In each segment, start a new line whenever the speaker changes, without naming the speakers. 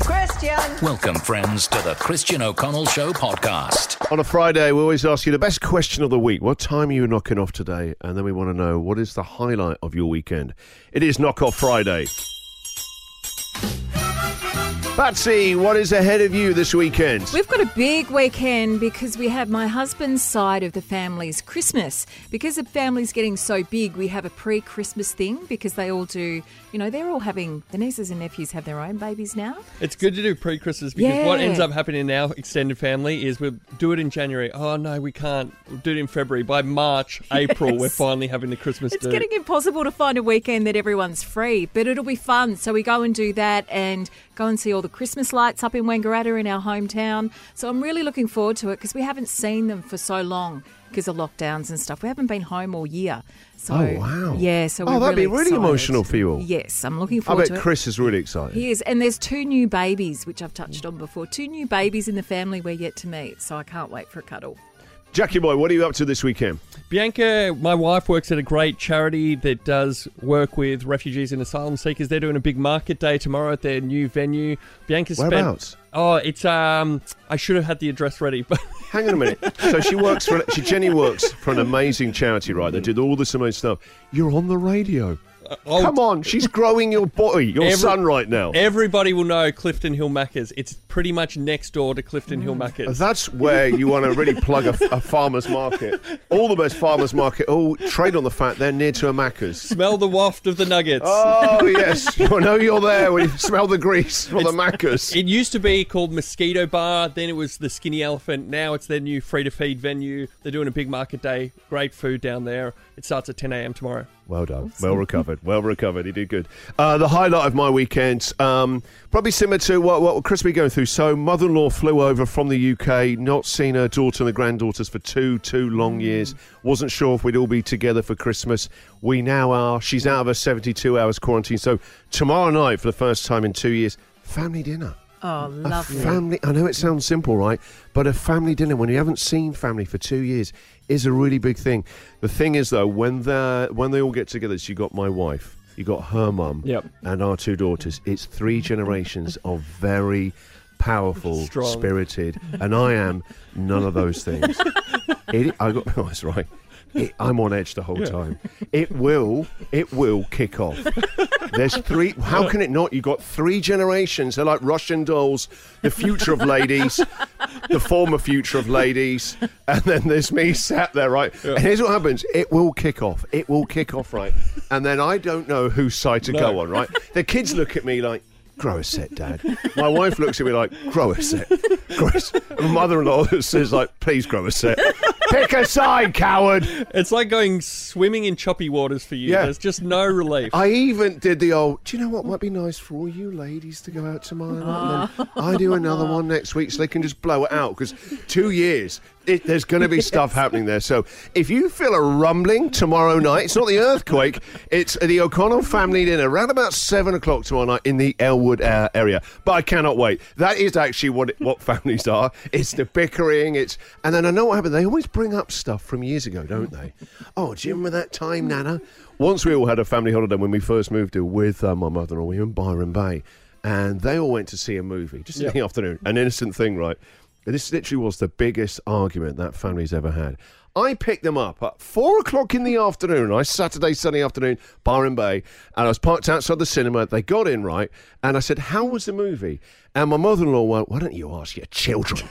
Christian.
Welcome, friends, to the Christian O'Connell Show podcast.
On a Friday, we always ask you the best question of the week. What time are you knocking off today? And then we want to know what is the highlight of your weekend? It is Knock Off Friday. Patsy, what is ahead of you this weekend?
We've got a big weekend because we have my husband's side of the family's Christmas. Because the family's getting so big, we have a pre Christmas thing because they all do, you know, they're all having, the nieces and nephews have their own babies now.
It's good to do pre Christmas because what
Yeah.
ends up happening in our extended family is we'll do it in January. Oh, no, we can't. We'll do it in February. By March, April, we're
Yes.
finally having the Christmas
It's
do.
getting impossible to find a weekend that everyone's free, but it'll be fun. So we go and do that and go and see all the Christmas lights up in Wangaratta in our hometown. So I'm really looking forward to it because we haven't seen them for so long because of lockdowns and stuff. We haven't been home all year. So
Oh, wow.
Yeah, so
Oh,
we're
that'd be really
excited.
emotional for you all.
Yes, I'm looking
I
forward
bet
to it.
Chris is really excited.
He is, and there's two new babies, which I've touched on before. Two new babies in the family we're yet to meet, so I can't wait for a cuddle.
Jackie Boy, what are you up to this weekend?
Bianca, my wife, works at a great charity that does work with refugees and asylum seekers. They're doing a big market day tomorrow at their new venue. Bianca spent.
Whereabouts?
Oh, it's. um. I should have had the address ready, but.
Hang on a minute. So she works for she Jenny works for an amazing charity, right? They did all this amazing stuff. You're on the radio.
oh,
Come on, she's growing your boy, your
Every-
son, right now.
Everybody will know Clifton Hill Maccas. It's pretty much next door to Clifton
Mm.
Hill Maccas.
That's where you want to really plug a, a farmer's market. All the best farmer's market. Oh, trade on the fact they're near to a Macca's.
Smell the waft of the nuggets.
Oh, yes. You know you're there when you smell the grease from the Macca's.
It used to be called Mosquito Bar, then it was the Skinny Elephant. Now it's their new free to feed venue. They're doing a big market day. Great food down there. It starts at 10 a.m. tomorrow.
Well done. Well recovered. Well recovered. He did good. Uh, the highlight of my weekend, um, probably similar to what, what Chris will be going through. So, mother in law flew over from the UK, not seen her daughter and the granddaughters for two, two long years. Wasn't sure if we'd all be together for Christmas. We now are. She's out of her 72 hours quarantine. So, tomorrow night, for the first time in two years, family dinner.
Oh, lovely.
A family. I know it sounds simple, right? But a family dinner when you haven't seen family for two years is a really big thing. The thing is, though, when they when they all get together, so you got my wife, you got her mum,
Yep.
and our two daughters. It's three generations of very powerful,
Strong.
spirited, and I am none of those things. it, I got. Oh, that's right. It, I'm on edge the whole time. It will. It will kick off. There's three. How can it not? You've got three generations. They're like Russian dolls. The future of ladies, the former future of ladies, and then there's me sat there, right? And here's what happens: it will kick off. It will kick off, right? And then I don't know whose side to go on, right? The kids look at me like. Grow a set, Dad. My wife looks at me like, grow a set. Grow a set. And mother-in-law says, like, please grow a set. Pick a side, coward.
It's like going swimming in choppy waters for you.
Yeah.
There's just no relief.
I even did the old. Do you know what might be nice for all you ladies to go out tomorrow night? And then I do another one next week, so they can just blow it out. Because two years, it, there's going to be stuff happening there. So if you feel a rumbling tomorrow night, it's not the earthquake. It's the O'Connell family dinner around about seven o'clock tomorrow night in the Elwood uh, area. But I cannot wait. That is actually what it, what families are. It's the bickering. It's and then I know what happened. They always bring up stuff from years ago, don't they? Oh, do you remember that time, Nana? Once we all had a family holiday when we first moved here with uh, my mother in law, we were in Byron Bay, and they all went to see a movie just in the afternoon. An innocent thing, right? This literally was the biggest argument that family's ever had. I picked them up at four o'clock in the afternoon, right? Saturday, Sunday afternoon, Byron Bay, and I was parked outside the cinema. They got in, right? And I said, How was the movie? And my mother in law went, Why don't you ask your children?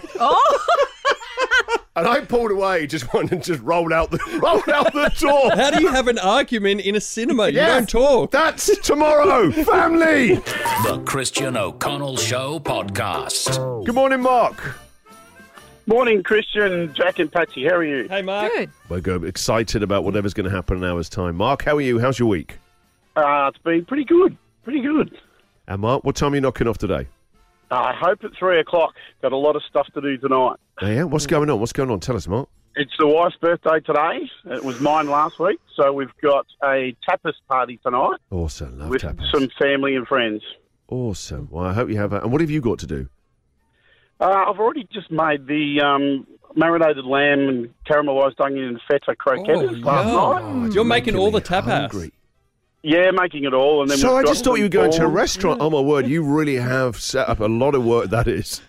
and I pulled away, just wanted to just rolled out the rolled out the door.
How do you have an argument in a cinema? You don't talk.
That's tomorrow, family.
The Christian O'Connell Show podcast.
Oh.
Good morning, Mark.
Morning, Christian, Jack, and Patsy. How are you?
Hey, Mark.
Good.
We're go- excited about whatever's going to happen in an hour's time. Mark, how are you? How's your week?
Uh, it's been pretty good. Pretty good. Uh,
And Mark, what time are you knocking off today?
I hope at three o'clock. Got a lot of stuff to do tonight.
Oh, yeah, what's
Mm.
going on? What's going on? Tell us, Mark.
It's the wife's birthday today. It was mine last week, so we've got a tapas party tonight
Awesome, love
with
tapas.
some family and friends.
Awesome. Well, I hope you have. A- and what have you got to do?
Uh, I've already just made the um, marinated lamb and caramelised onion and feta croquettes
Oh,
last
yum.
night.
You're making all the tapas.
Hungry.
Yeah, making it all, and then
So
we've
I
got
just thought you were
some
going to a
balls.
restaurant. Oh my word, you really have set up a lot of work. That is.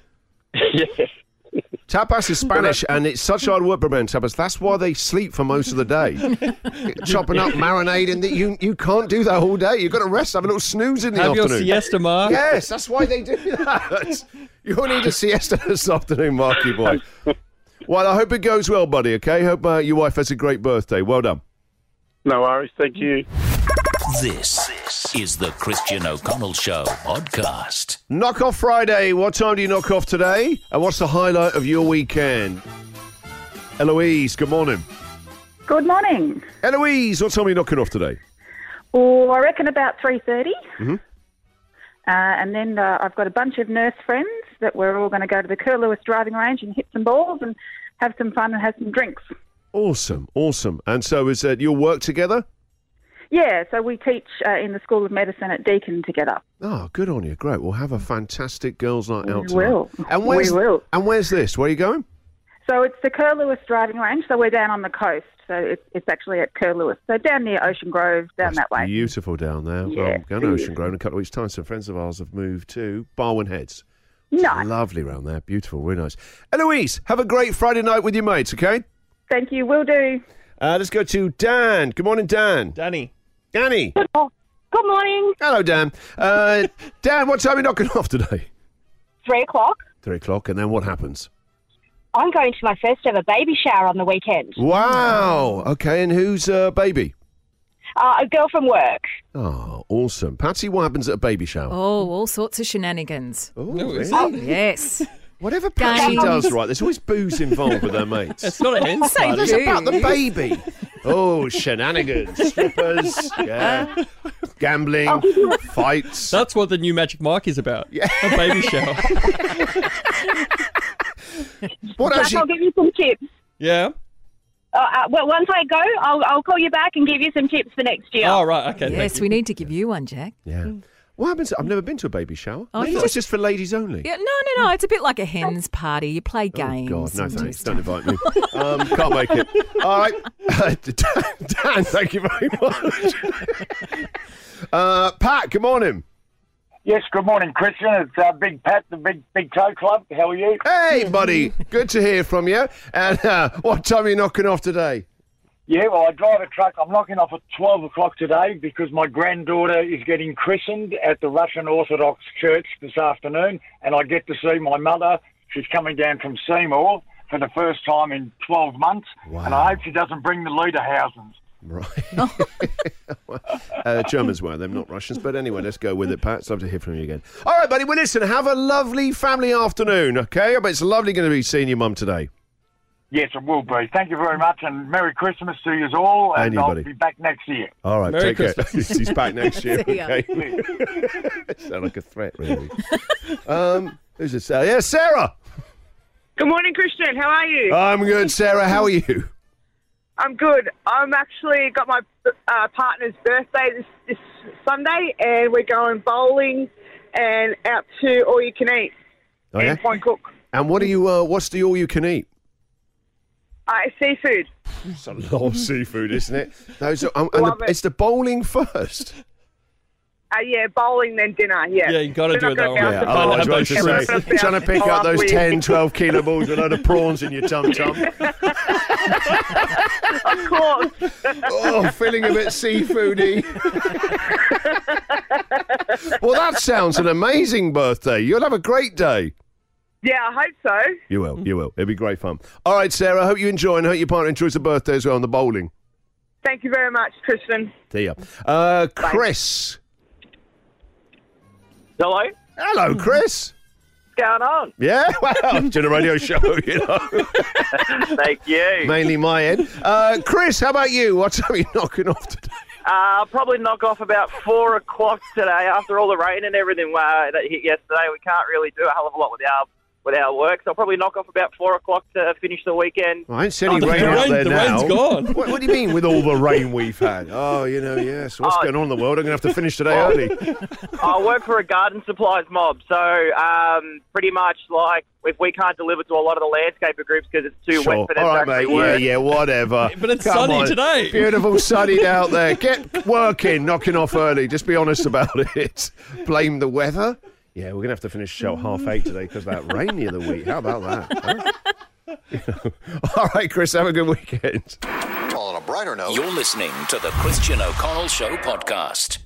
yeah,
Tapas is Spanish, and it's such hard work preparing tapas. That's why they sleep for most of the day, chopping up, marinating. That you you can't do that all day. You've got to rest, have a little snooze in the
Have your
afternoon.
siesta, Mark.
Yes, that's why they do that. You'll need a siesta this afternoon, Marky boy. Well, I hope it goes well, buddy. Okay, hope uh, your wife has a great birthday. Well done.
no worries. Thank you.
This is the Christian O'Connell Show podcast.
Knock off Friday. What time do you knock off today? And what's the highlight of your weekend? Eloise, good morning.
Good morning.
Eloise, what time are you knocking off today?
Oh, I reckon about three Uh, and then uh, I've got a bunch of nurse friends that we're all going to go to the Curlewis driving range and hit some balls and have some fun and have some drinks.
Awesome, awesome. And so is it your work together?
Yeah, so we teach uh, in the School of Medicine at Deakin together.
Oh, good on you. Great. We'll have a fantastic girls' night out tonight.
will.
And
We
where's,
will.
And where's this? Where are you going?
So it's the Curlewis driving range. So we're down on the coast. So it's, it's actually at Curlewis. So down near Ocean Grove, down
That's
that way.
Beautiful down there.
Yeah,
well, I'm going to
it
Ocean
is.
Grove in a couple of weeks' time. Some friends of ours have moved to Barwon Heads.
Nice.
Lovely round there. Beautiful. Really nice. Eloise, have a great Friday night with your mates, okay?
Thank you. Will do.
Uh, let's go to Dan. Good morning, Dan.
Danny.
Danny.
Oh, Good morning.
Hello, Dan. Uh, Dan, what time are you knocking off today?
Three o'clock.
Three o'clock. And then what happens?
I'm going to my first ever baby shower on the weekend.
Wow. Okay. And who's uh, baby?
Uh, a girl from work.
Oh, awesome. Patsy, what happens at a baby shower?
Oh, all sorts of shenanigans.
Oh,
No,
really?
it's-
Yes.
Whatever Patsy
Games.
does, right, there's always booze involved with her mates.
It's not a hen's
Say
party.
this-
It's about the
Booze.
baby. Oh, shenanigans, strippers, yeah. gambling, fights.
That's what the new Magic Mike is about. Yeah. A baby shower.
What
Jack, I'll
actually?
give you some tips.
yeah.
Uh, uh, well, once I go, I'll, I'll call you back and give you some tips for next year.
Oh, right. Okay.
yes, we need to give you one, Jack.
Yeah. What happens? I've never been to a baby shower.
Oh,
I
you
thought it's
just-
just for ladies only.
Yeah, no, no, no. It's a bit like a hen's party. You play
Oh,
games.
God, no
and do
thanks.
stuff.
Don't invite me. um, can't make it. All right. Dan, Dan, thank you very much. uh, Pat, good morning.
Yes, good morning, Christian. It's uh, Big Pat, the Big Big Toe Club. How are you?
Hey, buddy. Good to hear from you. And uh, what time are you knocking off today?
Yeah, well, I drive a truck. I'm knocking off at 12 o'clock today because my granddaughter is getting christened at the Russian Orthodox Church this afternoon, and I get to see my mother. She's coming down from Seymour for the first time in 12 months, and
Wow.
I hope she doesn't bring the Lederhausens.
Right. uh, Germans were, them, not Russians. But anyway, let's go with it, Pat. It's lovely to hear from you again. All right, buddy. Well, listen, have a lovely family afternoon, okay? I bet it's lovely going to be seeing your mum today.
Yes, it will be. Thank you very much, and Merry Christmas to you all, and
Anybody.
I'll be back next year.
All right,
Merry
take care. He's back next year.
See ya.
Okay. Sound like a threat, really. um, who's this? Uh, yeah, Sarah.
Good morning, Christian. How are you?
I'm good, Sarah. How are you?
I'm good. I'm actually got my uh, partner's birthday this, this Sunday, and we're going bowling and out to all you can eat
Oh, yeah?
and Point Cook.
And what are you? Uh, what's the all you can eat?
Uh, it's seafood.
It's a lot of seafood, isn't it? Those are, um, and
Love
the,
it.
it's the bowling first.
Uh, yeah, bowling then dinner. Yeah,
Yeah, you gotta
We're
do
not
it that
gonna
way.
bounce
Yeah,
the
oh,
I'll-
ball.
I'll-
otherwise
Have
you're
those
trying to say,
shrimp.
trying to pick out those
Lovely.
10, 12 kilo balls with a load of prawns in your tum tum.
Of course.
Oh, feeling a bit seafoody. well, that sounds an amazing birthday. You'll have a great day.
yeah, I hope so.
You will, you will. It'll be great fun. All right, Sarah. I hope you enjoy and I hope your partner enjoys the birthday as well and the bowling.
Thank you very much, Christian.
There you are. Uh, Chris.
Hello.
Hello, Chris.
What's going on?
Yeah, well, doing a radio show, you know.
Thank you.
Mainly my end. Uh, Chris, how about you? What time are you knocking off today?
Uh, I'll probably knock off about four o'clock today. After all the rain and everything uh, that hit yesterday, we can't really do a hell of a lot with our
with our work. So I'll probably knock off about four o'clock to finish the weekend.
I ain't sending
Oh, the
rain out
rain-
there
the
now.
rain's gone.
What, what do you mean with all the rain we've had? Oh, you know, yes. What's
Oh.
going on in the world? I'm going to have to finish today early.
I work for a garden supplies mob, so um, pretty much like if we can't deliver to a lot of the landscaper groups because it's too
Sure.
wet for them
All
to
right,
actually
mate.
work.
Yeah, yeah, whatever.
But it's sunny today.
Beautiful sunny out there. Get working, knocking off early. Just be honest about it. Blame the weather. Yeah, we're going to have to finish the show at half eight today because that rain the other week. How about that? huh? You know. All right, Chris, have a good weekend.
On a brighter note, you're listening to the Christian O'Connell Show podcast.